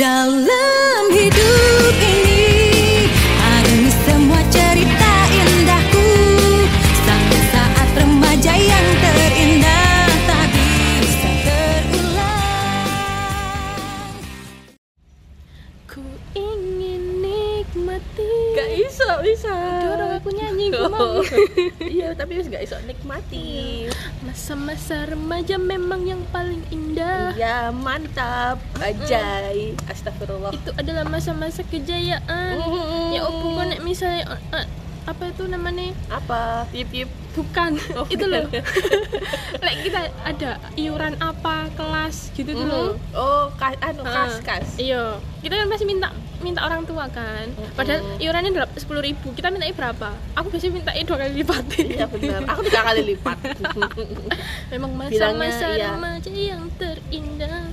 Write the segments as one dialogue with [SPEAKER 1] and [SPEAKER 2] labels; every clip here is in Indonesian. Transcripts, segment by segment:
[SPEAKER 1] Dalam hidup ini ada semua cerita indahku Saat-saat remaja yang terindah tak bisa terulang
[SPEAKER 2] Ku ingin nikmati.
[SPEAKER 3] Gak iso bisa.
[SPEAKER 2] Dorong aku nyanyi ku mau.
[SPEAKER 3] Oh. Iya, tapi wis gak iso nikmati.
[SPEAKER 2] Masa-masa remaja memang yang paling indah.
[SPEAKER 3] Iya, mantap. Ajay. Astagfirullah.
[SPEAKER 2] Itu adalah masa-masa kejayaan.
[SPEAKER 3] Mm.
[SPEAKER 2] Ya opo kok nek misalnya eh, eh, apa itu namanya?
[SPEAKER 3] Apa? Yip yip.
[SPEAKER 2] Bukan.
[SPEAKER 3] Oh.
[SPEAKER 2] itu loh. Lek kita ada iuran apa kelas gitu tuh loh.
[SPEAKER 3] Mm. Oh, kas anu
[SPEAKER 2] Ah,
[SPEAKER 3] kas kas.
[SPEAKER 2] Iya. Kita kan pasti minta minta orang tua kan.
[SPEAKER 3] Mm-mm.
[SPEAKER 2] Padahal iurannya sepuluh ribu. Kita minta berapa? Aku biasanya minta dua kali lipat.
[SPEAKER 3] Iya benar. Aku tiga kali lipat.
[SPEAKER 2] Memang
[SPEAKER 3] Bilangnya,
[SPEAKER 2] masa-masa
[SPEAKER 3] iya.
[SPEAKER 2] remaja yang terindah.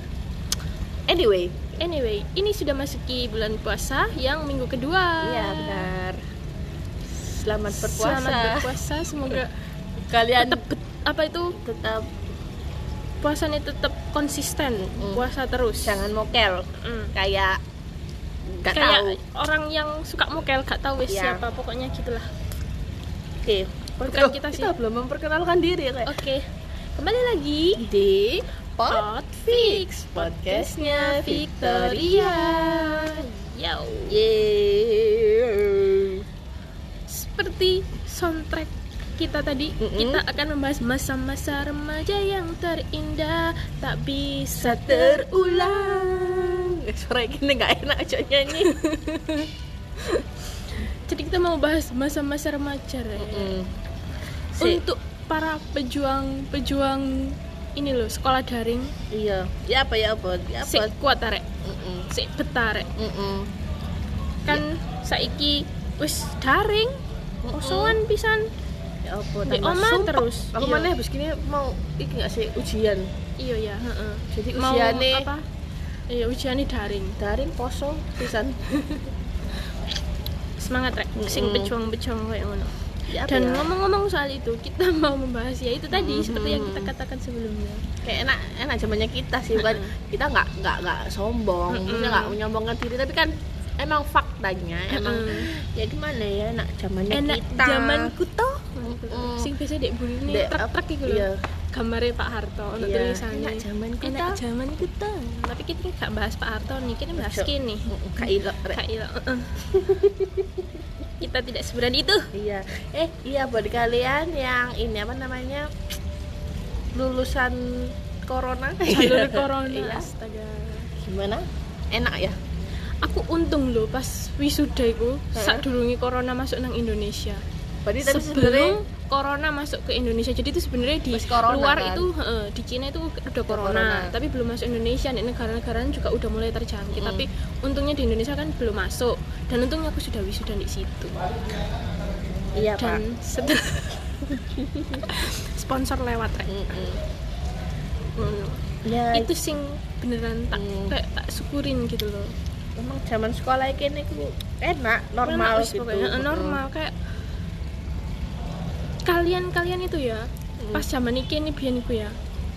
[SPEAKER 3] anyway,
[SPEAKER 2] Anyway, ini sudah masuki bulan puasa yang minggu kedua.
[SPEAKER 3] iya benar. Selamat berpuasa. Iya.
[SPEAKER 2] Selamat berpuasa, semoga
[SPEAKER 3] Kalian
[SPEAKER 2] tetap apa itu
[SPEAKER 3] tetap
[SPEAKER 2] puasanya tetap konsisten,
[SPEAKER 3] Mm.
[SPEAKER 2] puasa terus.
[SPEAKER 3] jangan mokel
[SPEAKER 2] Mm.
[SPEAKER 3] kayak nggak
[SPEAKER 2] Kayak
[SPEAKER 3] tahu.
[SPEAKER 2] orang yang suka mokel gak tahu wis
[SPEAKER 3] Iya.
[SPEAKER 2] siapa, pokoknya gitulah.
[SPEAKER 3] Oke.
[SPEAKER 2] Bukan
[SPEAKER 3] Loh,
[SPEAKER 2] kita sih.
[SPEAKER 3] belum memperkenalkan diri kayak.
[SPEAKER 2] Oke. Kembali lagi
[SPEAKER 3] Di
[SPEAKER 2] Pod Fix podcastnya Victoria. Yo.
[SPEAKER 3] Yeay.
[SPEAKER 2] Seperti soundtrack kita tadi,
[SPEAKER 3] Mm-mm.
[SPEAKER 2] kita akan membahas masa-masa remaja yang terindah tak bisa ter
[SPEAKER 3] Terulang. Eh, Suara gini nggak enak aja nyanyi.
[SPEAKER 2] Jadi kita mau bahas masa-masa remaja Re.
[SPEAKER 3] Mm, Si-
[SPEAKER 2] untuk para pejuang-pejuang ini loh sekolah daring
[SPEAKER 3] iya. Ya apa ya apa? Ya
[SPEAKER 2] si
[SPEAKER 3] apa?
[SPEAKER 2] kuat arek
[SPEAKER 3] Mm-mm.
[SPEAKER 2] si betar Rek.
[SPEAKER 3] Mm-mm. Iya.
[SPEAKER 2] kan saiki wis daring
[SPEAKER 3] Mm-mm.
[SPEAKER 2] kosongan pisan
[SPEAKER 3] Oh, Ya apa?
[SPEAKER 2] Di
[SPEAKER 3] tambah
[SPEAKER 2] omah
[SPEAKER 3] sumpek.
[SPEAKER 2] terus.
[SPEAKER 3] Aku
[SPEAKER 2] Iya.
[SPEAKER 3] mana habis gini mau iki nggak sih ujian.
[SPEAKER 2] iya ya heeh.
[SPEAKER 3] Jadi
[SPEAKER 2] mau
[SPEAKER 3] ujiane
[SPEAKER 2] apa iya ujiannya daring
[SPEAKER 3] daring poso pisan.
[SPEAKER 2] semangat rek sing
[SPEAKER 3] Mm-mm.
[SPEAKER 2] pejuang-pejuang kayak ngono
[SPEAKER 3] Ya apa
[SPEAKER 2] dan
[SPEAKER 3] ya?
[SPEAKER 2] ngomong-ngomong soal itu kita mau membahas ya itu tadi seperti yang kita
[SPEAKER 3] Mhm.
[SPEAKER 2] katakan sebelumnya
[SPEAKER 3] kayak enak enak zamannya kita sih bukan kita nggak nggak nggak sombong
[SPEAKER 2] Mm-mm.
[SPEAKER 3] kita nggak menyombongkan diri tapi kan emang faktanya emang
[SPEAKER 2] Mm-mm.
[SPEAKER 3] ya gimana ya enak zamannya
[SPEAKER 2] enak
[SPEAKER 3] kita
[SPEAKER 2] zamanku toh
[SPEAKER 3] Mm-mm.
[SPEAKER 2] sing biasa dek buri
[SPEAKER 3] Dek,
[SPEAKER 2] nih truk-truk
[SPEAKER 3] ap-
[SPEAKER 2] gitu
[SPEAKER 3] iya.
[SPEAKER 2] loh gambarnya Pak Harto ono
[SPEAKER 3] Iya.
[SPEAKER 2] tulisannya
[SPEAKER 3] Enak zamanku
[SPEAKER 2] enak
[SPEAKER 3] toh.
[SPEAKER 2] zamanku toh tapi kita nggak bahas Pak Harto nih kita bahas
[SPEAKER 3] Ojo.
[SPEAKER 2] kini
[SPEAKER 3] Mm-mm, gak ilok, Rek.
[SPEAKER 2] Kak Ila, uh-uh. kita tidak seberani itu
[SPEAKER 3] iya eh iya buat kalian yang ini apa namanya lulusan corona
[SPEAKER 2] jalur corona
[SPEAKER 3] Iya.
[SPEAKER 2] astaga
[SPEAKER 3] gimana enak ya
[SPEAKER 2] aku untung loh pas wisuda iku
[SPEAKER 3] Heeh.
[SPEAKER 2] saat corona masuk nang Indonesia
[SPEAKER 3] berarti tapi sebenarnya
[SPEAKER 2] sebelum corona masuk ke Indonesia jadi itu sebenarnya di
[SPEAKER 3] Masih corona,
[SPEAKER 2] luar
[SPEAKER 3] kan?
[SPEAKER 2] itu heeh, di Cina itu udah corona,
[SPEAKER 3] corona.
[SPEAKER 2] tapi belum masuk Indonesia di negara-negara lain juga udah mulai terjangkit
[SPEAKER 3] Mm.
[SPEAKER 2] tapi untungnya di Indonesia kan belum masuk dan untungnya aku sudah wisuda di situ
[SPEAKER 3] iya
[SPEAKER 2] dan
[SPEAKER 3] pak
[SPEAKER 2] setelah sponsor lewat Rek.
[SPEAKER 3] Mm-mm.
[SPEAKER 2] Hmm.
[SPEAKER 3] ya
[SPEAKER 2] itu sing beneran tak
[SPEAKER 3] Hmm.
[SPEAKER 2] kayak tak syukurin gitu loh
[SPEAKER 3] emang zaman sekolah ini ku enak normal
[SPEAKER 2] Enak wis
[SPEAKER 3] gitu
[SPEAKER 2] pokoknya, eh, normal kayak kalian kalian itu ya
[SPEAKER 3] Mm.
[SPEAKER 2] pas zaman iki ini biyen iku ya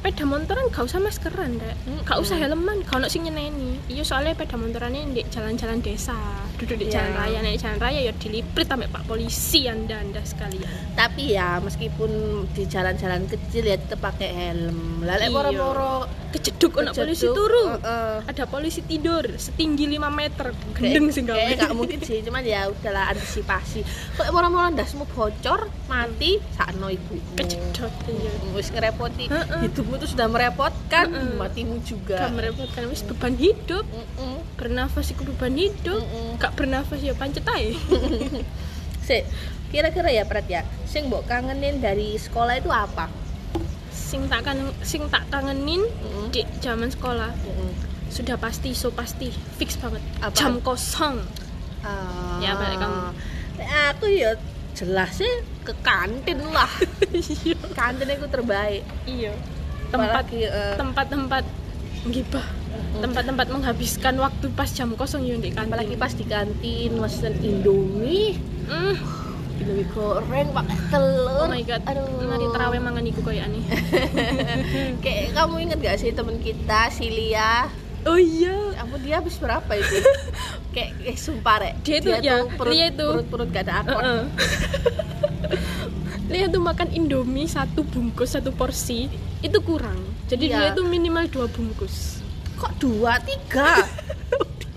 [SPEAKER 2] peda motoran gak usah maskeran dek
[SPEAKER 3] Mm.
[SPEAKER 2] gak usah
[SPEAKER 3] Mm.
[SPEAKER 2] helman gak ono sing nyeneni iya soalnya peda motorannya di jalan-jalan desa duduk di
[SPEAKER 3] Iya.
[SPEAKER 2] jalan raya nek jalan raya ya diliprit sampai pak polisi anda anda sekalian
[SPEAKER 3] tapi ya meskipun di jalan-jalan kecil ya tetap pakai helm
[SPEAKER 2] Iya.
[SPEAKER 3] lalek moro-moro
[SPEAKER 2] kejeduk ono polisi
[SPEAKER 3] kejeduk,
[SPEAKER 2] turu
[SPEAKER 3] heeh.
[SPEAKER 2] ada polisi tidur setinggi 5 meter gendeng sing gawe
[SPEAKER 3] Kayaknya nggak mungkin sih cuman ya udahlah antisipasi kok moro-moro ndasmu bocor mati sakno ibumu
[SPEAKER 2] kejedot iya
[SPEAKER 3] wis ngerepoti
[SPEAKER 2] Heeh.
[SPEAKER 3] hidupmu tuh sudah merepotkan
[SPEAKER 2] Heeh.
[SPEAKER 3] matimu juga
[SPEAKER 2] gak merepotkan wis beban hidup
[SPEAKER 3] Mm-mm.
[SPEAKER 2] bernafas iku beban hidup
[SPEAKER 3] Mm-mm.
[SPEAKER 2] gak bernafas ya pancet ae
[SPEAKER 3] Sik, kira-kira ya Pret ya sing mbok kangenin dari sekolah itu apa
[SPEAKER 2] sing tak kan- sing tak kangenin
[SPEAKER 3] Mm-mm.
[SPEAKER 2] di zaman sekolah sudah pasti so pasti fix banget
[SPEAKER 3] Apa?
[SPEAKER 2] jam kosong
[SPEAKER 3] Ah.
[SPEAKER 2] Ya, balik kamu.
[SPEAKER 3] Nek aku ya jelas sih ke kantin lah kantin aku terbaik
[SPEAKER 2] iya tempat
[SPEAKER 3] Iya. Apalagi, eh, Hmm.
[SPEAKER 2] tempat-tempat gibah tempat-tempat menghabiskan waktu pas jam kosong yo di kantin
[SPEAKER 3] apalagi pas di kantin mesen indomie
[SPEAKER 2] Mm,
[SPEAKER 3] indomie goreng pakai
[SPEAKER 2] oh
[SPEAKER 3] telur
[SPEAKER 2] my god
[SPEAKER 3] aduh
[SPEAKER 2] mari terawih mangan iku koyo aneh
[SPEAKER 3] kayak kamu inget gak sih temen kita Silia
[SPEAKER 2] oh iya
[SPEAKER 3] Ya ampun dia habis berapa itu? Kayak eh, sumpah rek.
[SPEAKER 2] Dia tuh, ya,
[SPEAKER 3] perut,
[SPEAKER 2] dia tuh.
[SPEAKER 3] perut perut gak ada akor.
[SPEAKER 2] Heeh. Lia tuh makan indomie satu bungkus satu porsi itu kurang jadi
[SPEAKER 3] Iya.
[SPEAKER 2] dia tuh minimal dua bungkus
[SPEAKER 3] Kok dua tiga?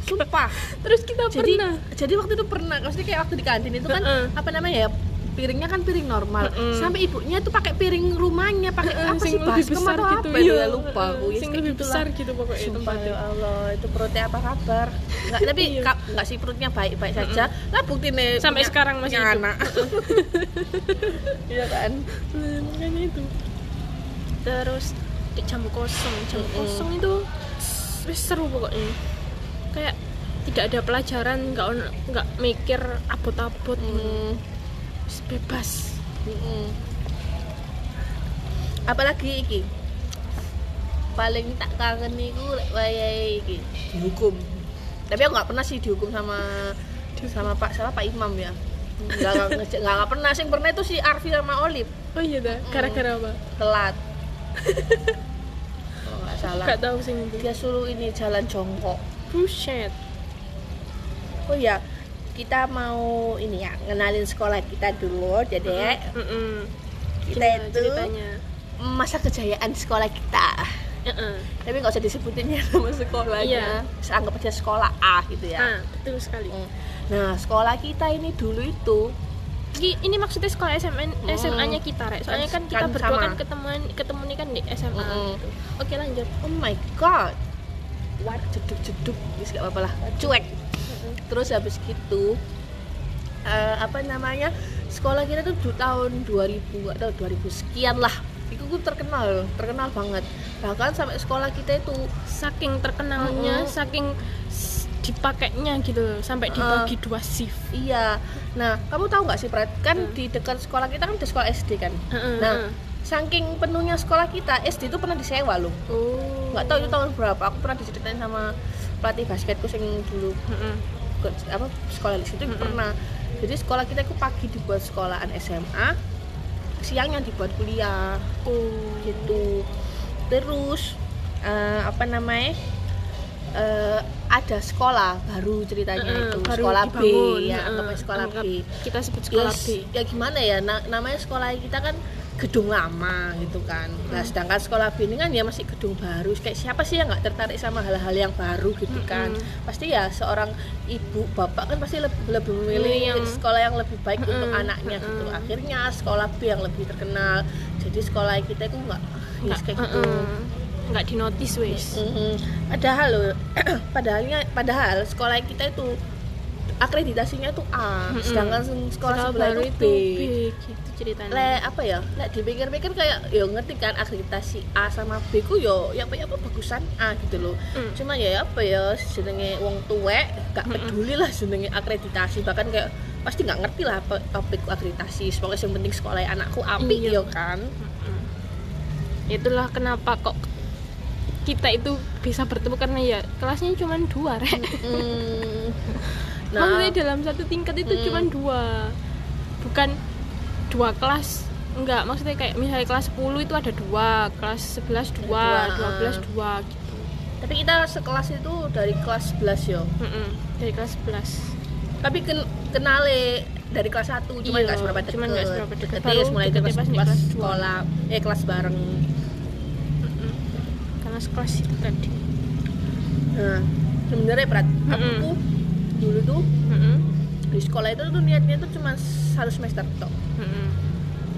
[SPEAKER 3] sumpah.
[SPEAKER 2] terus kita
[SPEAKER 3] Jadi
[SPEAKER 2] pernah
[SPEAKER 3] jadi waktu itu pernah. Maksudnya kayak waktu di kantin itu kan
[SPEAKER 2] Heeh.
[SPEAKER 3] apa namanya ya? piringnya kan piring normal
[SPEAKER 2] Heeh.
[SPEAKER 3] sampai ibunya tuh pakai piring rumahnya pakai
[SPEAKER 2] Heeh,
[SPEAKER 3] apa
[SPEAKER 2] sing
[SPEAKER 3] sih baskom atau apa itu ya lupa
[SPEAKER 2] heeh,
[SPEAKER 3] aku ya,
[SPEAKER 2] iya. sing
[SPEAKER 3] kayak
[SPEAKER 2] lebih
[SPEAKER 3] gitulah.
[SPEAKER 2] besar gitu pokoknya
[SPEAKER 3] Sumpah
[SPEAKER 2] tempatnya
[SPEAKER 3] ya Allah, itu perutnya apa kabar? Enggak, tapi
[SPEAKER 2] Iya.
[SPEAKER 3] kap, enggak sih perutnya baik-baik saja. Lah buktinya
[SPEAKER 2] Sampai
[SPEAKER 3] punya-
[SPEAKER 2] sekarang masih
[SPEAKER 3] punya
[SPEAKER 2] hidup.
[SPEAKER 3] anak. Iya kan?
[SPEAKER 2] Nah, makanya itu terus di jam kosong jam
[SPEAKER 3] Mm-mm.
[SPEAKER 2] kosong itu wis seru pokoknya kayak tidak ada pelajaran nggak ono- nggak mikir abot-abot
[SPEAKER 3] Hmm,
[SPEAKER 2] Wis bebas
[SPEAKER 3] mm-mm. Apalagi iki? Paling tak kangen niku lek wayahe iki dihukum. Tapi aku nggak pernah sih dihukum sama sama Pak sama Pak Imam ya. Enggak enggak enggak pernah sing pernah itu si Arfi sama Olive
[SPEAKER 2] oh iya dah gara-gara apa
[SPEAKER 3] telat. Kalau nggak salah.
[SPEAKER 2] nggak tahu sih itu
[SPEAKER 3] dia suruh ini jalan jongkok
[SPEAKER 2] buset
[SPEAKER 3] oh ya kita mau ini ya ngenalin sekolah kita dulu
[SPEAKER 2] Iya.
[SPEAKER 3] jadi
[SPEAKER 2] Mm-mm.
[SPEAKER 3] kita
[SPEAKER 2] Mm-hmm. Gimana
[SPEAKER 3] itu
[SPEAKER 2] ceritanya
[SPEAKER 3] masa kejayaan sekolah kita
[SPEAKER 2] Heeh.
[SPEAKER 3] tapi nggak usah disebutin ya nama sekolahnya
[SPEAKER 2] Iya.
[SPEAKER 3] Saya anggap aja sekolah A gitu ya
[SPEAKER 2] ah betul sekali
[SPEAKER 3] Mm. nah sekolah kita ini dulu itu
[SPEAKER 2] Ki- ini maksudnya sekolah SMA
[SPEAKER 3] Mm.
[SPEAKER 2] SMA nya kita rek soalnya kan
[SPEAKER 3] Kan-
[SPEAKER 2] kita
[SPEAKER 3] kan
[SPEAKER 2] berdua
[SPEAKER 3] sama.
[SPEAKER 2] kan ketemuan ketemu nih kan di SMA
[SPEAKER 3] Mm-mm.
[SPEAKER 2] gitu oke lanjut
[SPEAKER 3] oh my god what jeduk jeduk Wis, nggak apa-apa lah cuek terus habis gitu eh, apa namanya sekolah kita tuh du- tahun 2000 atau 2000 sekian lah itu tuh terkenal terkenal banget bahkan sampai sekolah kita itu
[SPEAKER 2] saking terkenalnya
[SPEAKER 3] Mm-mm. Ah.
[SPEAKER 2] saking s- dipakainya gitu loh, sampai dibagi dua shift
[SPEAKER 3] iya nah kamu tahu nggak sih Prat kan
[SPEAKER 2] Hmm.
[SPEAKER 3] di dekat sekolah kita kan ada sekolah SD kan
[SPEAKER 2] Heeh,
[SPEAKER 3] nah
[SPEAKER 2] heeh.
[SPEAKER 3] saking penuhnya sekolah kita SD itu pernah disewa loh
[SPEAKER 2] oh
[SPEAKER 3] nggak tahu itu tahun berapa aku pernah diceritain sama pelatih basketku yang dulu
[SPEAKER 2] Heeh.
[SPEAKER 3] ke, apa sekolah di situ
[SPEAKER 2] Mm-mm.
[SPEAKER 3] pernah jadi sekolah kita itu pagi dibuat sekolahan SMA siangnya dibuat kuliah
[SPEAKER 2] oh
[SPEAKER 3] gitu terus eh, apa namanya eh, ada sekolah baru ceritanya
[SPEAKER 2] Heeh,
[SPEAKER 3] itu
[SPEAKER 2] baru
[SPEAKER 3] sekolah
[SPEAKER 2] dibangun,
[SPEAKER 3] B ya
[SPEAKER 2] heeh.
[SPEAKER 3] anggapnya sekolah
[SPEAKER 2] Anggap
[SPEAKER 3] B
[SPEAKER 2] kita sebut sekolah
[SPEAKER 3] Yes,
[SPEAKER 2] B
[SPEAKER 3] ya gimana ya na- namanya sekolah kita kan gedung lama gitu kan nah sedangkan sekolah B ini kan ya masih gedung baru kayak siapa sih yang nggak tertarik sama hal-hal yang baru gitu kan
[SPEAKER 2] Mm-mm.
[SPEAKER 3] pasti ya seorang ibu bapak kan pasti lebih, lebih memilih
[SPEAKER 2] Milih yang-
[SPEAKER 3] sekolah yang lebih baik untuk
[SPEAKER 2] Mm-mm,
[SPEAKER 3] anaknya gitu
[SPEAKER 2] mm-mm.
[SPEAKER 3] akhirnya sekolah B yang lebih terkenal jadi sekolah kita itu nggak ya
[SPEAKER 2] nggak
[SPEAKER 3] kayak gitu
[SPEAKER 2] heeh. nggak dinotis wes
[SPEAKER 3] Mm-mm. padahal loh padahalnya padahal sekolah kita itu akreditasinya itu A
[SPEAKER 2] Mm-mm.
[SPEAKER 3] sedangkan Hmm, sekolah sebelah
[SPEAKER 2] baru
[SPEAKER 3] itu
[SPEAKER 2] itu
[SPEAKER 3] B
[SPEAKER 2] gitu ceritanya
[SPEAKER 3] le apa ya lek dipikir-pikir kayak ya ngerti kan akreditasi A sama B ku yo ya apa ya apa bagusan A gitu loh
[SPEAKER 2] Mm.
[SPEAKER 3] cuma ya apa ya jenenge wong tuwek gak peduli lah jenenge akreditasi bahkan kayak pasti nggak ngerti lah apa topik akreditasi pokoknya yang penting sekolah anakku apik
[SPEAKER 2] Iya.
[SPEAKER 3] yo kan
[SPEAKER 2] itulah kenapa kok kita itu bisa bertemu karena ya kelasnya cuma dua rek
[SPEAKER 3] Mm.
[SPEAKER 2] maksudnya dalam satu tingkat itu
[SPEAKER 3] Hmm.
[SPEAKER 2] cuma dua bukan dua kelas enggak maksudnya kayak misalnya kelas 10 itu ada dua kelas 11 dua
[SPEAKER 3] Dua.
[SPEAKER 2] 12 dua gitu
[SPEAKER 3] tapi kita sekelas itu dari kelas 11 yo
[SPEAKER 2] Mm-mm, dari kelas 11
[SPEAKER 3] tapi ken kenale dari kelas 1 cuman
[SPEAKER 2] Iya,
[SPEAKER 3] nggak seberapa deket
[SPEAKER 2] cuman nggak seberapa deket.
[SPEAKER 3] Deketnya
[SPEAKER 2] Baru
[SPEAKER 3] ya mulai dari
[SPEAKER 2] deketnya
[SPEAKER 3] kelas
[SPEAKER 2] pas di
[SPEAKER 3] kelas
[SPEAKER 2] kelas dua.
[SPEAKER 3] sekolah eh kelas bareng
[SPEAKER 2] Mm-mm. karena sekelas itu tadi
[SPEAKER 3] nah sebenarnya Prat aku
[SPEAKER 2] Mm-mm.
[SPEAKER 3] tuh dulu tuh
[SPEAKER 2] Mm-mm,
[SPEAKER 3] di sekolah itu tuh niatnya tuh cuma satu semester tok
[SPEAKER 2] mm-mm,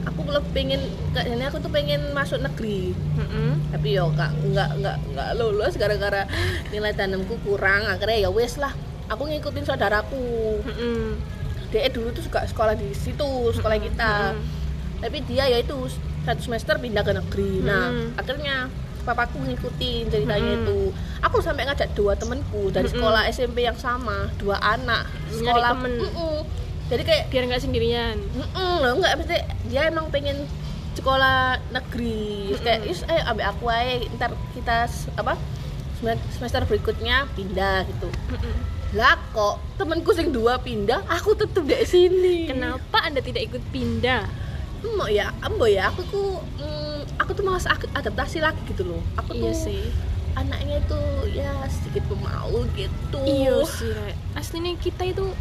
[SPEAKER 3] aku lebih pengen kayaknya aku tuh pengen masuk negeri
[SPEAKER 2] mm-mm.
[SPEAKER 3] tapi yo nggak nggak nggak nggak lulus gara-gara nilai tanamku kurang akhirnya ya wes lah aku ngikutin saudaraku
[SPEAKER 2] Mm-mm.
[SPEAKER 3] dia dulu tuh suka sekolah di situ sekolah kita
[SPEAKER 2] Mm-mm.
[SPEAKER 3] tapi dia ya itu satu semester pindah ke negeri nah
[SPEAKER 2] Mm.
[SPEAKER 3] akhirnya papaku ngikutin ceritanya
[SPEAKER 2] Mm.
[SPEAKER 3] itu aku sampai ngajak dua temenku dari
[SPEAKER 2] Mm-mm.
[SPEAKER 3] sekolah SMP yang sama dua anak
[SPEAKER 2] Hmm. Nyari
[SPEAKER 3] sekolah
[SPEAKER 2] temen.
[SPEAKER 3] Mm-mm. jadi kayak
[SPEAKER 2] biar nggak sendirian
[SPEAKER 3] mm loh nggak mesti dia emang pengen sekolah negeri Terus
[SPEAKER 2] Hmm.
[SPEAKER 3] kayak is eh ambil aku aja ntar kita s- apa sem- semester berikutnya pindah gitu
[SPEAKER 2] Mm-mm.
[SPEAKER 3] lah kok temenku sing dua pindah aku tetep di sini
[SPEAKER 2] kenapa anda tidak ikut pindah
[SPEAKER 3] Embo ya, embo ya, aku tuh mm, aku tuh malas ak- adaptasi lagi gitu loh. Aku
[SPEAKER 2] iya
[SPEAKER 3] tuh
[SPEAKER 2] sih
[SPEAKER 3] anaknya itu ya sedikit pemalu gitu
[SPEAKER 2] iya sih rek aslinya kita itu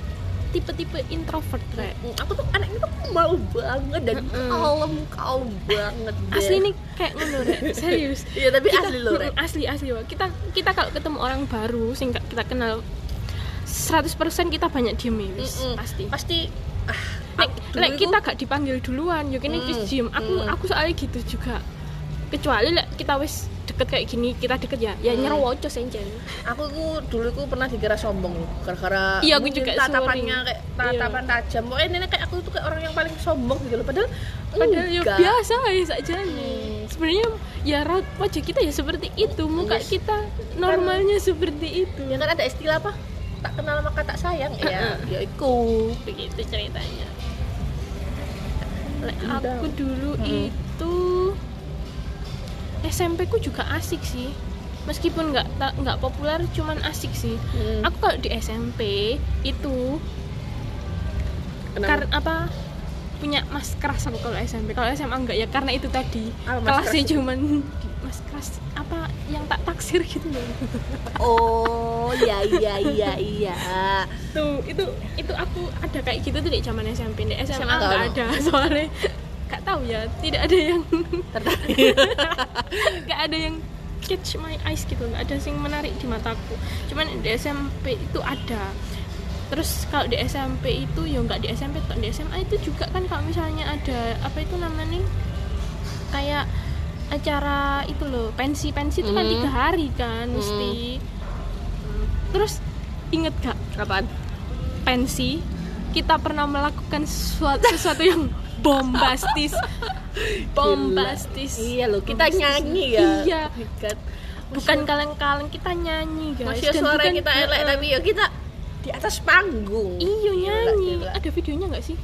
[SPEAKER 2] tipe-tipe introvert rek
[SPEAKER 3] Mm, aku tuh anaknya tuh pemalu banget dan
[SPEAKER 2] Mm-mm.
[SPEAKER 3] kalem kalem banget deh.
[SPEAKER 2] asli nih kayak ngono rek serius
[SPEAKER 3] iya tapi
[SPEAKER 2] Kita-
[SPEAKER 3] asli loh Rek.
[SPEAKER 2] Mm, asli asli Wak. kita kita kalau ketemu orang baru sing nggak kita kenal 100% kita banyak diem wis
[SPEAKER 3] Mm-mm.
[SPEAKER 2] pasti
[SPEAKER 3] pasti ah,
[SPEAKER 2] Lek,
[SPEAKER 3] aku dulu
[SPEAKER 2] lek
[SPEAKER 3] itu-
[SPEAKER 2] kita gak dipanggil duluan, yuk ini
[SPEAKER 3] Mm,
[SPEAKER 2] wis diem. Aku
[SPEAKER 3] mm.
[SPEAKER 2] aku soalnya gitu juga. Kecuali lek kita wis deket kayak gini, kita deket ya. Ya
[SPEAKER 3] Mm.
[SPEAKER 2] nyerwocos enjen.
[SPEAKER 3] aku ku dulu ku pernah dikira sombong loh, gara-gara
[SPEAKER 2] Iya, aku
[SPEAKER 3] mungkin
[SPEAKER 2] juga, Iya.
[SPEAKER 3] tatapannya
[SPEAKER 2] sorry.
[SPEAKER 3] kayak tatapan tajam pokoknya nenek kayak aku tuh kayak orang yang paling sombong gitu loh padahal
[SPEAKER 2] Padahal ya
[SPEAKER 3] enggak.
[SPEAKER 2] biasa ya saja
[SPEAKER 3] Mm.
[SPEAKER 2] Sebenarnya ya raut wajah kita ya seperti itu, muka
[SPEAKER 3] Yes.
[SPEAKER 2] kita normalnya seperti itu.
[SPEAKER 3] ya kan ada istilah apa tak kenal maka tak sayang ya ya iku
[SPEAKER 2] Begitu ceritanya. Lek
[SPEAKER 3] Udah.
[SPEAKER 2] aku dulu
[SPEAKER 3] Mm-mm.
[SPEAKER 2] itu SMP ku juga asik sih. Meskipun nggak ta- nggak populer, cuman asik sih.
[SPEAKER 3] Hmm.
[SPEAKER 2] aku kalau di SMP itu
[SPEAKER 3] Kenapa?
[SPEAKER 2] karena apa punya mas keras aku kalau SMP kalau SMA enggak ya karena itu tadi
[SPEAKER 3] Apa Ah, mas
[SPEAKER 2] kelasnya
[SPEAKER 3] keras itu?
[SPEAKER 2] cuman di- mas keras apa yang tak taksir gitu loh
[SPEAKER 3] oh iya iya iya iya
[SPEAKER 2] tuh itu itu aku ada kayak gitu tuh di zaman SMP di SMA
[SPEAKER 3] SMA
[SPEAKER 2] enggak
[SPEAKER 3] nggak
[SPEAKER 2] ada soalnya nggak tahu ya tidak ada yang
[SPEAKER 3] tertarik
[SPEAKER 2] nggak ada yang catch my eyes gitu nggak ada yang menarik di mataku cuman di SMP itu ada terus kalau di SMP itu ya nggak di SMP kalau di SMA itu juga kan kalau misalnya ada apa itu namanya kayak acara itu loh pensi pensi itu kan
[SPEAKER 3] Mhm.
[SPEAKER 2] tiga hari kan mesti
[SPEAKER 3] Hmm.
[SPEAKER 2] terus inget gak
[SPEAKER 3] apaan
[SPEAKER 2] pensi kita pernah melakukan sesuatu, sesuatu yang bombastis bombastis
[SPEAKER 3] iya loh kita
[SPEAKER 2] Bombastis.
[SPEAKER 3] nyanyi ya
[SPEAKER 2] iya
[SPEAKER 3] Oh my God.
[SPEAKER 2] bukan kaleng-kaleng kita nyanyi guys
[SPEAKER 3] Masih
[SPEAKER 2] Dan
[SPEAKER 3] suara
[SPEAKER 2] bukan-
[SPEAKER 3] kita elek tapi ya kita di atas panggung Iya,
[SPEAKER 2] iyo Iya, nyanyi
[SPEAKER 3] Gila, gila.
[SPEAKER 2] ada videonya nggak sih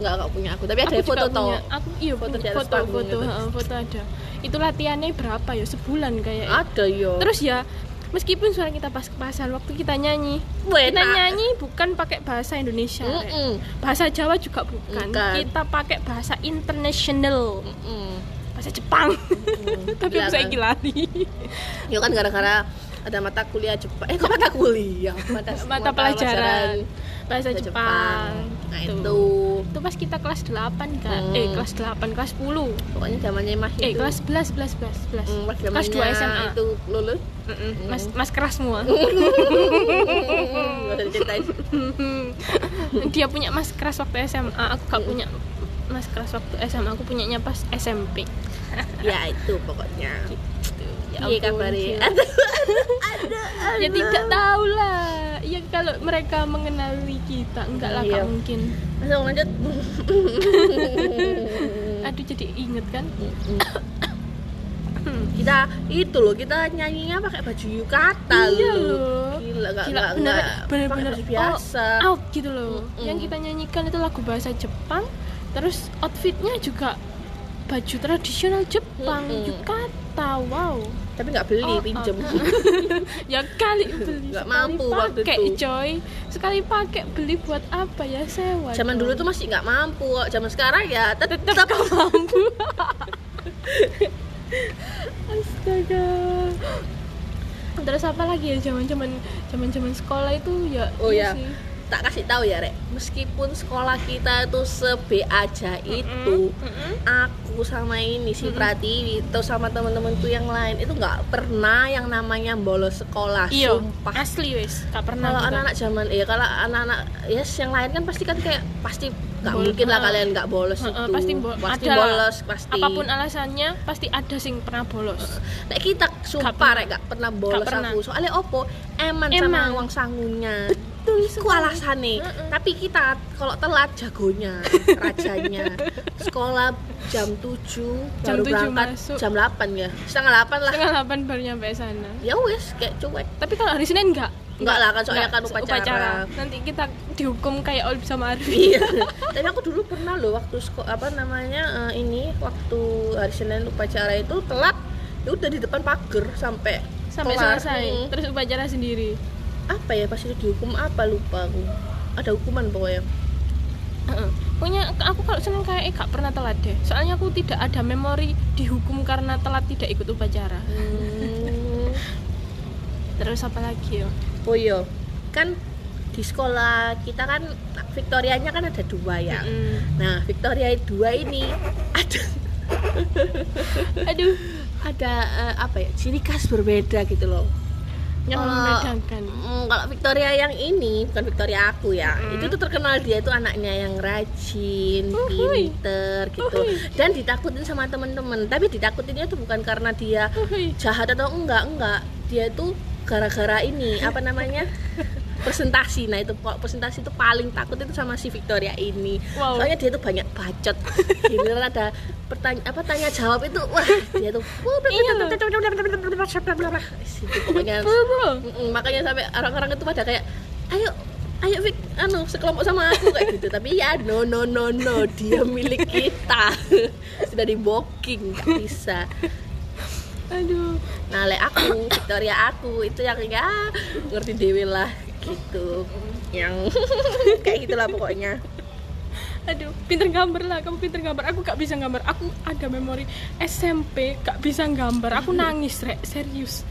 [SPEAKER 3] nggak nggak punya aku tapi ada
[SPEAKER 2] Aku juga
[SPEAKER 3] foto tau
[SPEAKER 2] punya. aku iya
[SPEAKER 3] Foto
[SPEAKER 2] foto
[SPEAKER 3] di atas
[SPEAKER 2] foto
[SPEAKER 3] panggung
[SPEAKER 2] foto,
[SPEAKER 3] gitu.
[SPEAKER 2] heeh, foto ada itu latihannya berapa ya sebulan kayak
[SPEAKER 3] ada yo
[SPEAKER 2] terus ya meskipun suara kita pas-pasan waktu kita nyanyi
[SPEAKER 3] Wena.
[SPEAKER 2] kita nyanyi bukan pakai bahasa Indonesia Rek.
[SPEAKER 3] Mm-mm.
[SPEAKER 2] bahasa Jawa juga bukan
[SPEAKER 3] Bukan.
[SPEAKER 2] kita pakai bahasa international
[SPEAKER 3] Mm-mm.
[SPEAKER 2] bahasa Jepang tapi
[SPEAKER 3] Gila,
[SPEAKER 2] aku saya
[SPEAKER 3] kan?
[SPEAKER 2] gilani
[SPEAKER 3] Ya kan gara-gara ada mata kuliah Jepang. Eh, kok mata kuliah? Mata,
[SPEAKER 2] mata pelajaran bahasa
[SPEAKER 3] bahasa
[SPEAKER 2] Jepang,
[SPEAKER 3] Nah,
[SPEAKER 2] gitu.
[SPEAKER 3] itu.
[SPEAKER 2] itu pas kita kelas 8 kan
[SPEAKER 3] Hmm. Gitu.
[SPEAKER 2] eh kelas 8 kelas 10
[SPEAKER 3] Pokoknya zamannya mah
[SPEAKER 2] eh
[SPEAKER 3] itu.
[SPEAKER 2] kelas 11 11 11
[SPEAKER 3] Mm, pas
[SPEAKER 2] kelas 2
[SPEAKER 3] zamannya
[SPEAKER 2] SMA
[SPEAKER 3] itu lulus.
[SPEAKER 2] Mm-mm,
[SPEAKER 3] Hmm.
[SPEAKER 2] mas mas keras semua
[SPEAKER 3] Enggak usah diceritain.
[SPEAKER 2] dia punya mas keras waktu SMA aku gak punya mas keras waktu SMA aku punyanya pas SMP
[SPEAKER 3] ya itu pokoknya.
[SPEAKER 2] gitu ya
[SPEAKER 3] Iya
[SPEAKER 2] ampun,
[SPEAKER 3] kabari.
[SPEAKER 2] gila. ya tidak tahu lah ya kalau mereka mengenali kita enggak lah
[SPEAKER 3] Iya.
[SPEAKER 2] gak mungkin
[SPEAKER 3] Langsung lanjut.
[SPEAKER 2] aduh jadi inget kan
[SPEAKER 3] kita itu loh kita nyanyinya pakai baju yukata
[SPEAKER 2] Iya loh.
[SPEAKER 3] Gila enggak
[SPEAKER 2] Gila,
[SPEAKER 3] enggak
[SPEAKER 2] bener-
[SPEAKER 3] enggak pakai
[SPEAKER 2] bener-bener
[SPEAKER 3] baju biasa.
[SPEAKER 2] all out gitu loh
[SPEAKER 3] Mm-mm.
[SPEAKER 2] yang kita nyanyikan itu lagu bahasa Jepang terus outfitnya juga baju tradisional Jepang
[SPEAKER 3] Mm-mm.
[SPEAKER 2] yukata wow
[SPEAKER 3] Tapi enggak beli
[SPEAKER 2] All
[SPEAKER 3] pinjem.
[SPEAKER 2] ya kali beli
[SPEAKER 3] Nggak
[SPEAKER 2] sekali
[SPEAKER 3] mampu waktu
[SPEAKER 2] pakai,
[SPEAKER 3] itu.
[SPEAKER 2] coy sekali pakai beli buat apa ya sewa
[SPEAKER 3] Zaman dulu tuh masih nggak mampu kok. Zaman sekarang ya tetap
[SPEAKER 2] tetap mampu astaga terus apa lagi ya zaman zaman zaman zaman sekolah itu ya
[SPEAKER 3] Oh
[SPEAKER 2] iya
[SPEAKER 3] ya.
[SPEAKER 2] sih.
[SPEAKER 3] tak kasih tahu ya rek meskipun sekolah kita itu sebe aja itu
[SPEAKER 2] Mm-mm.
[SPEAKER 3] aku sama ini si Pratiwi itu sama temen-temen tuh yang lain itu nggak pernah yang namanya bolos sekolah
[SPEAKER 2] Iya,
[SPEAKER 3] sumpah
[SPEAKER 2] asli wes, gak pernah.
[SPEAKER 3] kalau
[SPEAKER 2] kita.
[SPEAKER 3] anak-anak zaman ya kalau anak-anak yes yang lain kan pasti kan kayak pasti nggak
[SPEAKER 2] Bol-
[SPEAKER 3] mungkin lah
[SPEAKER 2] Heeh.
[SPEAKER 3] kalian nggak bolos
[SPEAKER 2] Heeh,
[SPEAKER 3] itu
[SPEAKER 2] pasti bo-
[SPEAKER 3] pasti
[SPEAKER 2] ada lah.
[SPEAKER 3] bolos pasti
[SPEAKER 2] apapun alasannya pasti ada sing pernah bolos.
[SPEAKER 3] Nek kita
[SPEAKER 2] pernah.
[SPEAKER 3] sumpah rek gak pernah bolos
[SPEAKER 2] Gak pernah.
[SPEAKER 3] aku. Soalnya opo eman,
[SPEAKER 2] Eman.
[SPEAKER 3] sama uang sangunya.
[SPEAKER 2] Betul
[SPEAKER 3] Iku alasane.
[SPEAKER 2] Heeh.
[SPEAKER 3] Tapi kita kalau telat jagonya, rajanya. Sekolah jam 7
[SPEAKER 2] Jam
[SPEAKER 3] baru
[SPEAKER 2] 7
[SPEAKER 3] berangkat
[SPEAKER 2] masuk.
[SPEAKER 3] jam 8 ya. Setengah 8 lah.
[SPEAKER 2] Setengah delapan baru nyampe sana.
[SPEAKER 3] Ya wes kayak cuek.
[SPEAKER 2] Tapi kalau hari Senin enggak.
[SPEAKER 3] Enggak lah, kan soalnya
[SPEAKER 2] Enggak,
[SPEAKER 3] kan upacara.
[SPEAKER 2] Nanti kita dihukum kayak Olib sama Arfi.
[SPEAKER 3] Iya. Tapi aku dulu pernah loh waktu seko- apa namanya eh, ini waktu hari Senin upacara itu telat ya udah di depan pagar sampai
[SPEAKER 2] Sampai
[SPEAKER 3] kelar.
[SPEAKER 2] selesai.
[SPEAKER 3] Mm.
[SPEAKER 2] Terus upacara sendiri.
[SPEAKER 3] apa ya pas itu dihukum apa lupa aku ada hukuman pokoknya
[SPEAKER 2] Heeh. Pokoknya aku kalau seneng kayak eh, gak pernah telat deh. Soalnya aku tidak ada memori dihukum karena telat tidak ikut upacara. terus apa lagi ya
[SPEAKER 3] Oh iya, kan di sekolah kita kan Victorianya kan ada dua ya.
[SPEAKER 2] Mm.
[SPEAKER 3] Nah, Victoria dua ini ada
[SPEAKER 2] aduh
[SPEAKER 3] ada eh, apa ya? Ciri khas berbeda gitu loh.
[SPEAKER 2] yang
[SPEAKER 3] Kalau-
[SPEAKER 2] membedakan
[SPEAKER 3] Mm, kalau Victoria yang ini bukan Victoria aku ya itu tuh terkenal dia itu anaknya yang rajin
[SPEAKER 2] Uhuy.
[SPEAKER 3] pinter gitu
[SPEAKER 2] Uhuy.
[SPEAKER 3] dan ditakutin sama temen-temen tapi ditakutinnya itu bukan karena dia
[SPEAKER 2] Uhuy.
[SPEAKER 3] jahat atau enggak enggak dia itu gara-gara ini apa namanya presentasi nah itu kok presentasi itu paling takut itu sama si Victoria ini
[SPEAKER 2] Wow.
[SPEAKER 3] soalnya dia tuh banyak bacot giliran ada pertanya apa tanya jawab itu wah dia tuh
[SPEAKER 2] Iya loh.
[SPEAKER 3] Situ pokoknya
[SPEAKER 2] Bro, bro.
[SPEAKER 3] Mm-mm, makanya sampai orang-orang itu pada kayak ayo ayo Vic anu sekelompok sama aku kayak gitu tapi ya no no no no dia milik kita sudah di booking nggak bisa
[SPEAKER 2] aduh
[SPEAKER 3] nah le aku Victoria aku itu yang ya ngerti dewi lah gitu yang kayak gitulah pokoknya
[SPEAKER 2] aduh pinter gambar lah kamu pinter gambar aku gak bisa gambar aku ada memori SMP gak bisa gambar aku nangis rek serius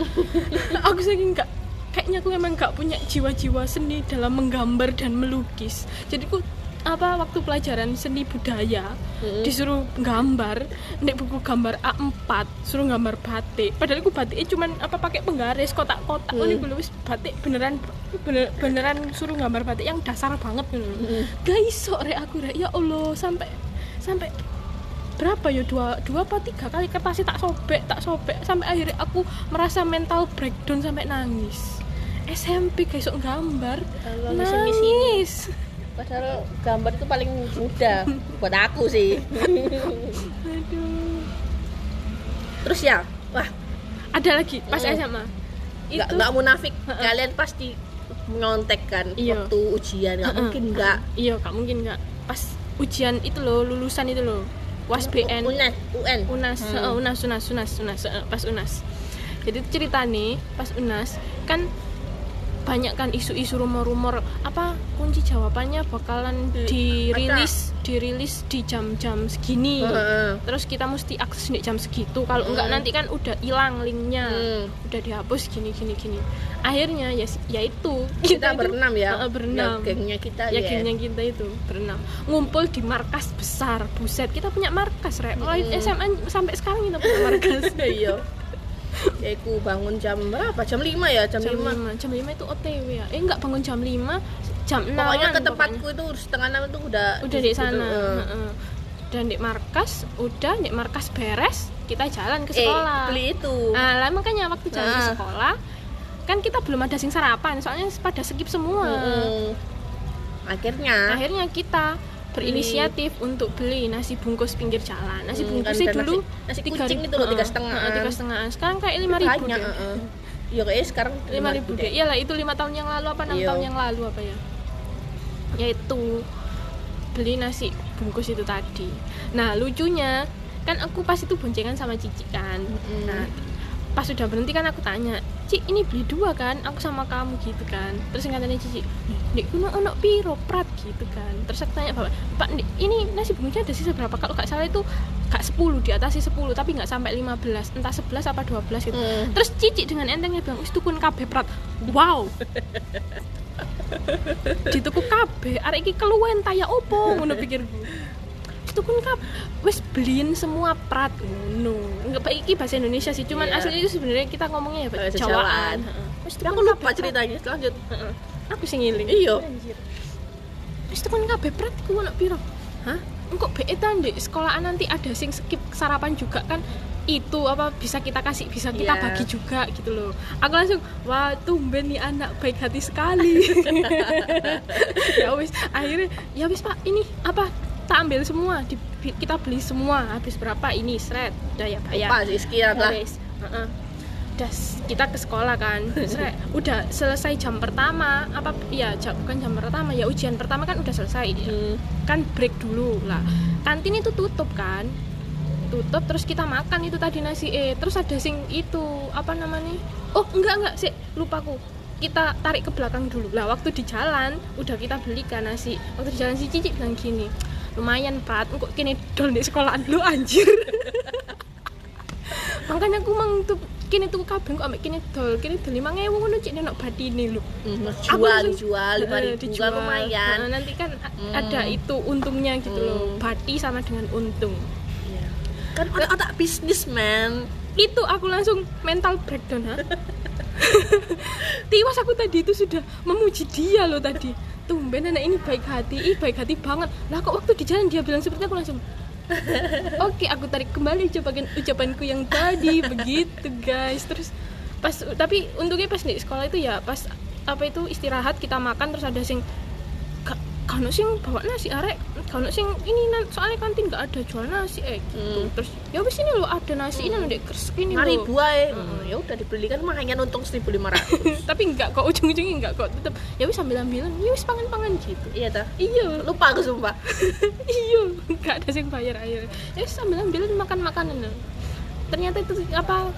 [SPEAKER 2] aku saking gak kayaknya aku emang gak punya jiwa-jiwa seni dalam menggambar dan melukis jadi aku apa waktu pelajaran seni budaya
[SPEAKER 3] Mm-mm.
[SPEAKER 2] disuruh gambar nek buku gambar A4 suruh gambar batik padahal aku batiknya cuman apa pakai penggaris kotak-kotak
[SPEAKER 3] Mm.
[SPEAKER 2] ini gue lulus batik beneran bener- beneran suruh gambar batik yang dasar banget gitu loh
[SPEAKER 3] Mm.
[SPEAKER 2] guys sore aku rek ya allah sampai sampai berapa ya dua dua apa tiga kali kertasnya tak sobek tak sobek sampai akhirnya aku merasa mental breakdown sampai nangis SMP guys sok gambar
[SPEAKER 3] Allah, misi-misi.
[SPEAKER 2] nangis
[SPEAKER 3] padahal gambar itu paling mudah buat aku sih
[SPEAKER 2] aduh
[SPEAKER 3] terus ya wah
[SPEAKER 2] ada lagi pas
[SPEAKER 3] Mm.
[SPEAKER 2] SMA itu
[SPEAKER 3] nggak nggak munafik
[SPEAKER 2] Heeh.
[SPEAKER 3] kalian pasti nyontek kan
[SPEAKER 2] Iya.
[SPEAKER 3] waktu ujian nggak
[SPEAKER 2] Heeh.
[SPEAKER 3] mungkin nggak
[SPEAKER 2] iya gak mungkin nggak pas ujian itu loh lulusan itu loh wasbn
[SPEAKER 3] unas un
[SPEAKER 2] Unas,
[SPEAKER 3] Hmm.
[SPEAKER 2] eh, Unas, Unas, Unas, Unas, eh, pas Unas. Jadi cerita nih, pas Unas kan banyak kan isu-isu rumor-rumor apa kunci jawabannya bakalan
[SPEAKER 3] Di-
[SPEAKER 2] dirilis dirilis di jam-jam segini.
[SPEAKER 3] Heeh.
[SPEAKER 2] Terus kita mesti akses di jam segitu. Kalau enggak
[SPEAKER 3] Hmm.
[SPEAKER 2] nanti kan udah hilang linknya,
[SPEAKER 3] Hmm.
[SPEAKER 2] udah dihapus gini gini gini. Akhirnya ya yaitu
[SPEAKER 3] kita,
[SPEAKER 2] itu-
[SPEAKER 3] berenam ya
[SPEAKER 2] Heeh, berenam
[SPEAKER 3] Ya, gengnya kita
[SPEAKER 2] ya
[SPEAKER 3] ya,
[SPEAKER 2] gengnya kita itu berenam ngumpul di markas besar buset kita punya markas rek Oh, mulai
[SPEAKER 3] Mm-mm.
[SPEAKER 2] SMA sampai sekarang kita punya markas
[SPEAKER 3] iya ya aku bangun jam berapa jam 5 ya jam,
[SPEAKER 2] jam 5
[SPEAKER 3] 5
[SPEAKER 2] jam 5 itu OTW ya eh enggak bangun jam 5 jam 6
[SPEAKER 3] pokoknya ke tempatku Gitu, itu setengah enam itu udah
[SPEAKER 2] udah di sana Heeh. dan di markas udah di markas beres kita jalan ke
[SPEAKER 3] eh,
[SPEAKER 2] sekolah
[SPEAKER 3] beli itu
[SPEAKER 2] Nah, lah makanya waktu jalan ke
[SPEAKER 3] Ah.
[SPEAKER 2] sekolah kan kita belum ada sing sarapan soalnya pada skip semua
[SPEAKER 3] Mm-mm. akhirnya
[SPEAKER 2] akhirnya kita berinisiatif untuk beli nasi bungkus pinggir jalan nasi
[SPEAKER 3] Hmm, kan
[SPEAKER 2] bungkusnya
[SPEAKER 3] ada
[SPEAKER 2] dulu
[SPEAKER 3] nasi- nasi
[SPEAKER 2] tiga
[SPEAKER 3] kucing
[SPEAKER 2] ribu-
[SPEAKER 3] itu loh, tiga
[SPEAKER 2] eh,
[SPEAKER 3] setengah.
[SPEAKER 2] eh, tiga setengah sekarang kayak lima ribu
[SPEAKER 3] banyak
[SPEAKER 2] deh.
[SPEAKER 3] heeh. ya kayaknya sekarang
[SPEAKER 2] lima ribu deh Iya. iyalah itu lima tahun yang lalu apa enam
[SPEAKER 3] Iya.
[SPEAKER 2] tahun yang lalu apa ya yaitu beli nasi bungkus itu tadi nah lucunya kan aku pas itu boncengan sama cici kan
[SPEAKER 3] Mm-mm.
[SPEAKER 2] nah pas sudah berhenti kan aku tanya Ci ini beli dua kan aku sama kamu gitu kan terus katanya Cici Dek kuno ono piro prat gitu kan terus aku tanya bapak Pak Dek ini nasi bungkusnya ada sisa berapa kalau nggak salah itu nggak 10 di atas sih 10 tapi nggak sampai 15 entah 11 apa 12 gitu
[SPEAKER 3] Hmm.
[SPEAKER 2] terus Cici dengan entengnya bilang wis tukun kabeh prat wow dituku kabeh arek iki keluwen taya opo ngono pikirku itu kan kap wis beliin semua prat ngono enggak baik iki bahasa Indonesia sih cuman
[SPEAKER 3] Iya.
[SPEAKER 2] aslinya itu sebenarnya kita ngomongnya ya bahasa
[SPEAKER 3] Bahasa
[SPEAKER 2] Jawaan
[SPEAKER 3] Jawaan.
[SPEAKER 2] Heeh. wis
[SPEAKER 3] Nah,
[SPEAKER 2] tukun
[SPEAKER 3] aku lupa
[SPEAKER 2] kabeh prat.
[SPEAKER 3] ceritanya lanjut
[SPEAKER 2] Heeh. aku sing ngiling
[SPEAKER 3] Iya.
[SPEAKER 2] Anjir. wis tukun kabeh prat ku ono piro hah engko be etan di sekolahan nanti ada sing skip sarapan juga kan itu apa bisa kita kasih bisa kita
[SPEAKER 3] Iya.
[SPEAKER 2] bagi juga gitu loh aku langsung wah tumben nih anak baik hati sekali ya wis akhirnya ya wis pak ini apa tak ambil semua di- bi- kita beli semua habis berapa ini seret udah ya bayar
[SPEAKER 3] lupa sih sekian
[SPEAKER 2] Udah,
[SPEAKER 3] lah
[SPEAKER 2] Ya wis. Heeh. Udah, s- kita ke sekolah kan seret udah selesai jam pertama apa ya jam, bukan jam pertama ya ujian pertama kan udah selesai
[SPEAKER 3] Hmm.
[SPEAKER 2] kan break dulu lah kantin itu tutup kan tutup terus kita makan itu tadi nasi eh terus ada sing itu apa namanya oh enggak enggak sih lupaku kita tarik ke belakang dulu lah waktu di jalan udah kita belikan nasi waktu di jalan si cici bilang gini lumayan prat kok kini dol di sekolahan lu anjir makanya aku mang tuh kini tuku kabeh kok ambek kini dol kini dol 5000 ngono cek nek badine lho Aku
[SPEAKER 3] Mm, jual
[SPEAKER 2] langsung-
[SPEAKER 3] jual lima
[SPEAKER 2] Eh,
[SPEAKER 3] ribu kan lumayan
[SPEAKER 2] Nah, nanti kan a-
[SPEAKER 3] Hmm.
[SPEAKER 2] ada itu untungnya gitu loh
[SPEAKER 3] Hmm.
[SPEAKER 2] badi sama dengan untung
[SPEAKER 3] Iya. kan otak-otak bisnis man
[SPEAKER 2] itu aku langsung mental breakdown ha tiwas aku tadi itu sudah memuji dia loh tadi tumben anak ini baik hati ih baik hati banget nah kok waktu di jalan dia bilang seperti itu, aku langsung oke aku tarik kembali ucapan ucapanku yang tadi begitu guys terus pas tapi untungnya pas di sekolah itu ya pas apa itu istirahat kita makan terus ada sing "Ka- kano sing bawa nasi arek kano sing ini nan- soalnya kantin nggak ada jual nasi eh gitu
[SPEAKER 3] Hmm.
[SPEAKER 2] terus ya wis ini loh ada nasi ini loh dek kers ini
[SPEAKER 3] lima ribu
[SPEAKER 2] loh
[SPEAKER 3] aja ya udah dibelikan makanya untung seribu lima ratus
[SPEAKER 2] tapi nggak kok ujung-ujungnya nggak kok tetep ya wis sambil ambilan ya wis pangan-pangan gitu
[SPEAKER 3] iya ta
[SPEAKER 2] iya
[SPEAKER 3] lupa aku sumpah
[SPEAKER 2] iya nggak ada yang bayar akhirnya ya wis sambil ambilan makan makanan loh ternyata itu apa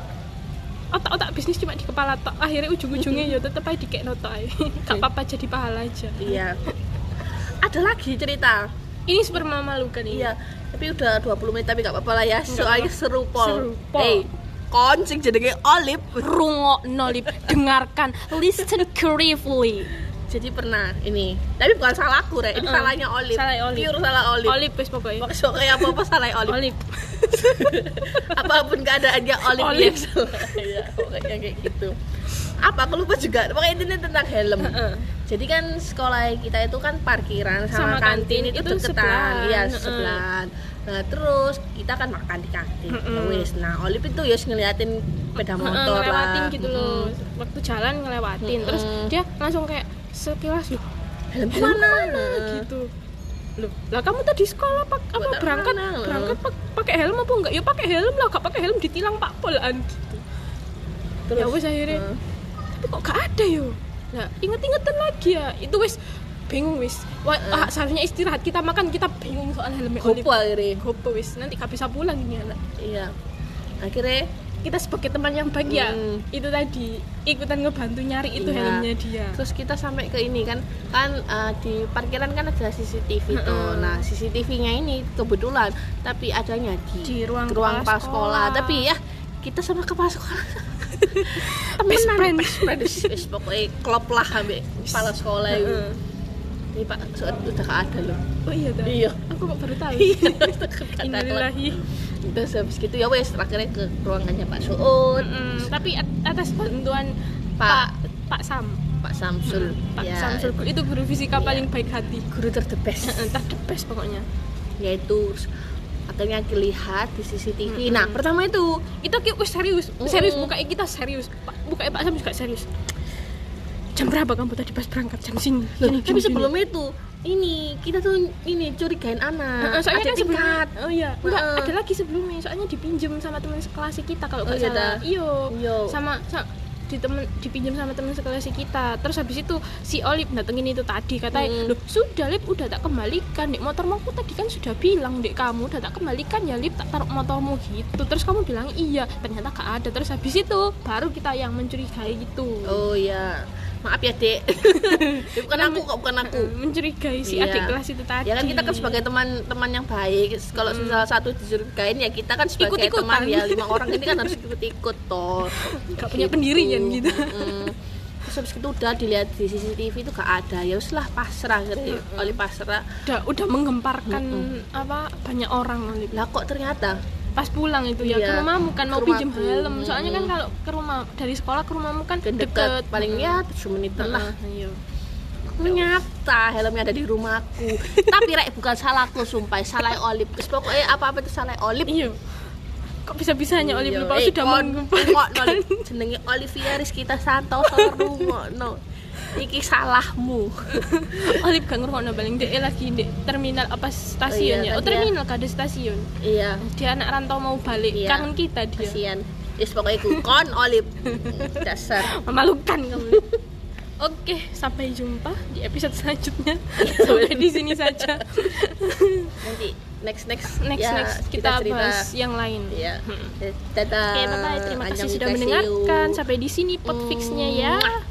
[SPEAKER 2] otak-otak bisnis cuma di kepala tok akhirnya ujung-ujungnya ya tetep aja dikek notok aja nggak apa-apa jadi pahala aja
[SPEAKER 3] iya ada lagi cerita
[SPEAKER 2] ini super memalukan ini
[SPEAKER 3] Iya, tapi udah 20 menit tapi gak apa-apa lah ya. Soalnya
[SPEAKER 2] Seru
[SPEAKER 3] seru pol.
[SPEAKER 2] pol.
[SPEAKER 3] Hey, koncing jenenge Olip.
[SPEAKER 2] rungok nolip dengarkan listen carefully
[SPEAKER 3] Jadi pernah ini. Tapi bukan salahku, Rek. Ini
[SPEAKER 2] Mm-mm.
[SPEAKER 3] salahnya Olip.
[SPEAKER 2] Salah Olip.
[SPEAKER 3] Pure salah Olip.
[SPEAKER 2] olip wis pokoknya
[SPEAKER 3] Maksudnya kayak apa-apa salah Olip.
[SPEAKER 2] olip
[SPEAKER 3] Apapun keadaannya Olip,
[SPEAKER 2] Olip.
[SPEAKER 3] yang salah. Iya, pokoknya kayak gitu. Apa aku lupa juga. Pokoknya intinya tentang helm.
[SPEAKER 2] Heeh.
[SPEAKER 3] Jadi kan sekolah kita itu kan parkiran
[SPEAKER 2] Sama
[SPEAKER 3] sama, kantin,
[SPEAKER 2] kantin
[SPEAKER 3] itu,
[SPEAKER 2] itu
[SPEAKER 3] deketan,
[SPEAKER 2] sebelahan.
[SPEAKER 3] iya
[SPEAKER 2] Heeh.
[SPEAKER 3] sebelahan. Nah terus kita kan makan di kantin,
[SPEAKER 2] Heeh.
[SPEAKER 3] Ya wis. Nah Olip itu ya ngeliatin sepeda motor
[SPEAKER 2] Heeh, ngelewatin
[SPEAKER 3] lah,
[SPEAKER 2] gitu
[SPEAKER 3] Heeh.
[SPEAKER 2] loh waktu jalan ngelewatin
[SPEAKER 3] Mm-mm.
[SPEAKER 2] terus dia langsung kayak sekilas loh
[SPEAKER 3] Helm
[SPEAKER 2] helm
[SPEAKER 3] mana?
[SPEAKER 2] kemana gitu loh lah kamu tadi sekolah pak apa
[SPEAKER 3] Buat
[SPEAKER 2] berangkat
[SPEAKER 3] mana? Heeh.
[SPEAKER 2] berangkat pak- pakai helm apa enggak ya pakai helm lah gak pakai helm ditilang pak polaan gitu ya wes akhirnya
[SPEAKER 3] Heeh.
[SPEAKER 2] tapi kok gak ada yo nah inget-ingetan lagi ya itu wes bingung wis Wah, ah, seharusnya istirahat kita makan kita bingung soal helm
[SPEAKER 3] gopo akhirnya.
[SPEAKER 2] gopo wis nanti gak bisa pulang ini anak
[SPEAKER 3] Iya. Akhirnya
[SPEAKER 2] kita sebagai teman yang baik ya
[SPEAKER 3] Hmm.
[SPEAKER 2] itu tadi ikutan ngebantu nyari itu
[SPEAKER 3] Iya.
[SPEAKER 2] helmnya dia
[SPEAKER 3] terus kita sampai ke ini kan kan eh, di parkiran kan ada CCTV tuh.
[SPEAKER 2] Heeh.
[SPEAKER 3] Nah CCTV-nya ini kebetulan tapi adanya di,
[SPEAKER 2] Di ruang
[SPEAKER 3] kepala
[SPEAKER 2] kepala
[SPEAKER 3] sekolah.
[SPEAKER 2] sekolah.
[SPEAKER 3] Tapi ya kita sama kepala sekolah
[SPEAKER 2] Best friend.
[SPEAKER 3] best friend. Wis, wis, pokoknya klop lah ambek kepala sekolah itu.
[SPEAKER 2] Heeh.
[SPEAKER 3] Ini Pak Suat udah gak ada loh.
[SPEAKER 2] oh iya dah
[SPEAKER 3] Iya.
[SPEAKER 2] aku kok baru tahu
[SPEAKER 3] Innalillahi.
[SPEAKER 2] Innalillahi.
[SPEAKER 3] Terus habis gitu ya wes akhirnya ke ruangannya Pak Suut,
[SPEAKER 2] Mm, tapi at- atas bantuan
[SPEAKER 3] Pak-
[SPEAKER 2] Pak Pak Sam
[SPEAKER 3] Pak Samsul.
[SPEAKER 2] Pak
[SPEAKER 3] Ya,
[SPEAKER 2] Samsul itu guru fisika
[SPEAKER 3] Iya.
[SPEAKER 2] paling baik hati
[SPEAKER 3] guru terdebes
[SPEAKER 2] entah the best pokoknya
[SPEAKER 3] yaitu akhirnya dilihat di CCTV. Nah, pertama itu
[SPEAKER 2] itu kayak wes serius serius
[SPEAKER 3] Mm-mm.
[SPEAKER 2] mukanya kita serius Pak- mukanya Pak Sam juga serius jam berapa kamu tadi pas berangkat jam sini
[SPEAKER 3] Loh,
[SPEAKER 2] Gini,
[SPEAKER 3] tapi
[SPEAKER 2] gini,
[SPEAKER 3] sebelum itu ini kita tuh ini
[SPEAKER 2] gini.
[SPEAKER 3] curigain
[SPEAKER 2] Heeh,
[SPEAKER 3] anak.
[SPEAKER 2] soalnya
[SPEAKER 3] ada
[SPEAKER 2] kan sebelumnya
[SPEAKER 3] tingkat.
[SPEAKER 2] oh iya enggak
[SPEAKER 3] Heeh.
[SPEAKER 2] ada lagi sebelumnya soalnya dipinjem sama teman sekelas kita kalau
[SPEAKER 3] Oh,
[SPEAKER 2] nggak
[SPEAKER 3] iya,
[SPEAKER 2] salah
[SPEAKER 3] dah.
[SPEAKER 2] iyo
[SPEAKER 3] Iya.
[SPEAKER 2] sama, sa- di temen dipinjam sama teman sekelas kita terus habis itu si Olip datengin itu tadi katanya
[SPEAKER 3] Hmm.
[SPEAKER 2] loh sudah Lip udah tak kembalikan dek motor aku tadi kan sudah bilang dek kamu udah tak kembalikan ya Lip tak taruh motormu gitu terus kamu bilang iya ternyata gak ada terus habis itu baru kita yang mencurigai gitu
[SPEAKER 3] Oh iya. Maaf ya, Dek. Ya, bukan aku kok, bukan aku.
[SPEAKER 2] Eh, mencurigai si
[SPEAKER 3] Iya.
[SPEAKER 2] adik kelas itu tadi
[SPEAKER 3] Ya kan kita kan sebagai teman-teman yang baik. Kalau salah satu dicurigain ya kita kan sebagai
[SPEAKER 2] Ikut-ikutan.
[SPEAKER 3] teman ya lima orang ini kan harus ikut-ikut toh.
[SPEAKER 2] Gak punya pendirian gitu.
[SPEAKER 3] Mm. Terus habis itu udah dilihat di CCTV itu gak ada. Ya wis lah pasrah gitu. Oleh pasrah.
[SPEAKER 2] udah udah menggemparkan apa banyak orang Lip.
[SPEAKER 3] Lah kok ternyata
[SPEAKER 2] pas pulang itu ya
[SPEAKER 3] Iya.
[SPEAKER 2] ke rumahmu kan mau
[SPEAKER 3] Ke
[SPEAKER 2] pinjam
[SPEAKER 3] rumahku.
[SPEAKER 2] helm soalnya kan
[SPEAKER 3] Mm-mm.
[SPEAKER 2] kalau ke rumah dari sekolah ke rumahmu kan
[SPEAKER 3] dan
[SPEAKER 2] deket,
[SPEAKER 3] dekat paling
[SPEAKER 2] Mm-mm.
[SPEAKER 3] ya 7 menitan lah.
[SPEAKER 2] Heeh, iya.
[SPEAKER 3] Ternyata helmnya ada di rumahku. Tapi rek bukan salahku sumpah, salah Olip. Terus pokoknya apa-apa itu salah Olip.
[SPEAKER 2] iya kok bisa bisanya Iya, Olive Lupa Oh,
[SPEAKER 3] Eh,
[SPEAKER 2] sudah
[SPEAKER 3] kon-
[SPEAKER 2] menggemparkan
[SPEAKER 3] kon- kon- jenenge Olivia Rizkita Santoso rungokno. Iki salahmu.
[SPEAKER 2] Olive gak ngerokno paling dia lagi di terminal apa stasiun ya
[SPEAKER 3] iya,
[SPEAKER 2] oh
[SPEAKER 3] kan
[SPEAKER 2] terminal gak ada stasiun
[SPEAKER 3] Iya,
[SPEAKER 2] dia anak rantau mau balik
[SPEAKER 3] Iya.
[SPEAKER 2] kangen kita dia
[SPEAKER 3] kasihan. Wis pokoknya ku kon Olip. Dasar.
[SPEAKER 2] memalukan
[SPEAKER 3] Iya.
[SPEAKER 2] kamu Oke, sampai jumpa di episode selanjutnya.
[SPEAKER 3] Iya,
[SPEAKER 2] sampai di sini saja.
[SPEAKER 3] Nanti next next
[SPEAKER 2] Next
[SPEAKER 3] ya,
[SPEAKER 2] next kita,
[SPEAKER 3] cerita.
[SPEAKER 2] bahas yang lain.
[SPEAKER 3] Iya. Dadah.
[SPEAKER 2] Oke, bye bye. Terima kasih
[SPEAKER 3] Eh, Annyeonghaseyo.
[SPEAKER 2] sudah mendengarkan. Sampai di sini podfixnya ya.
[SPEAKER 3] Mwah.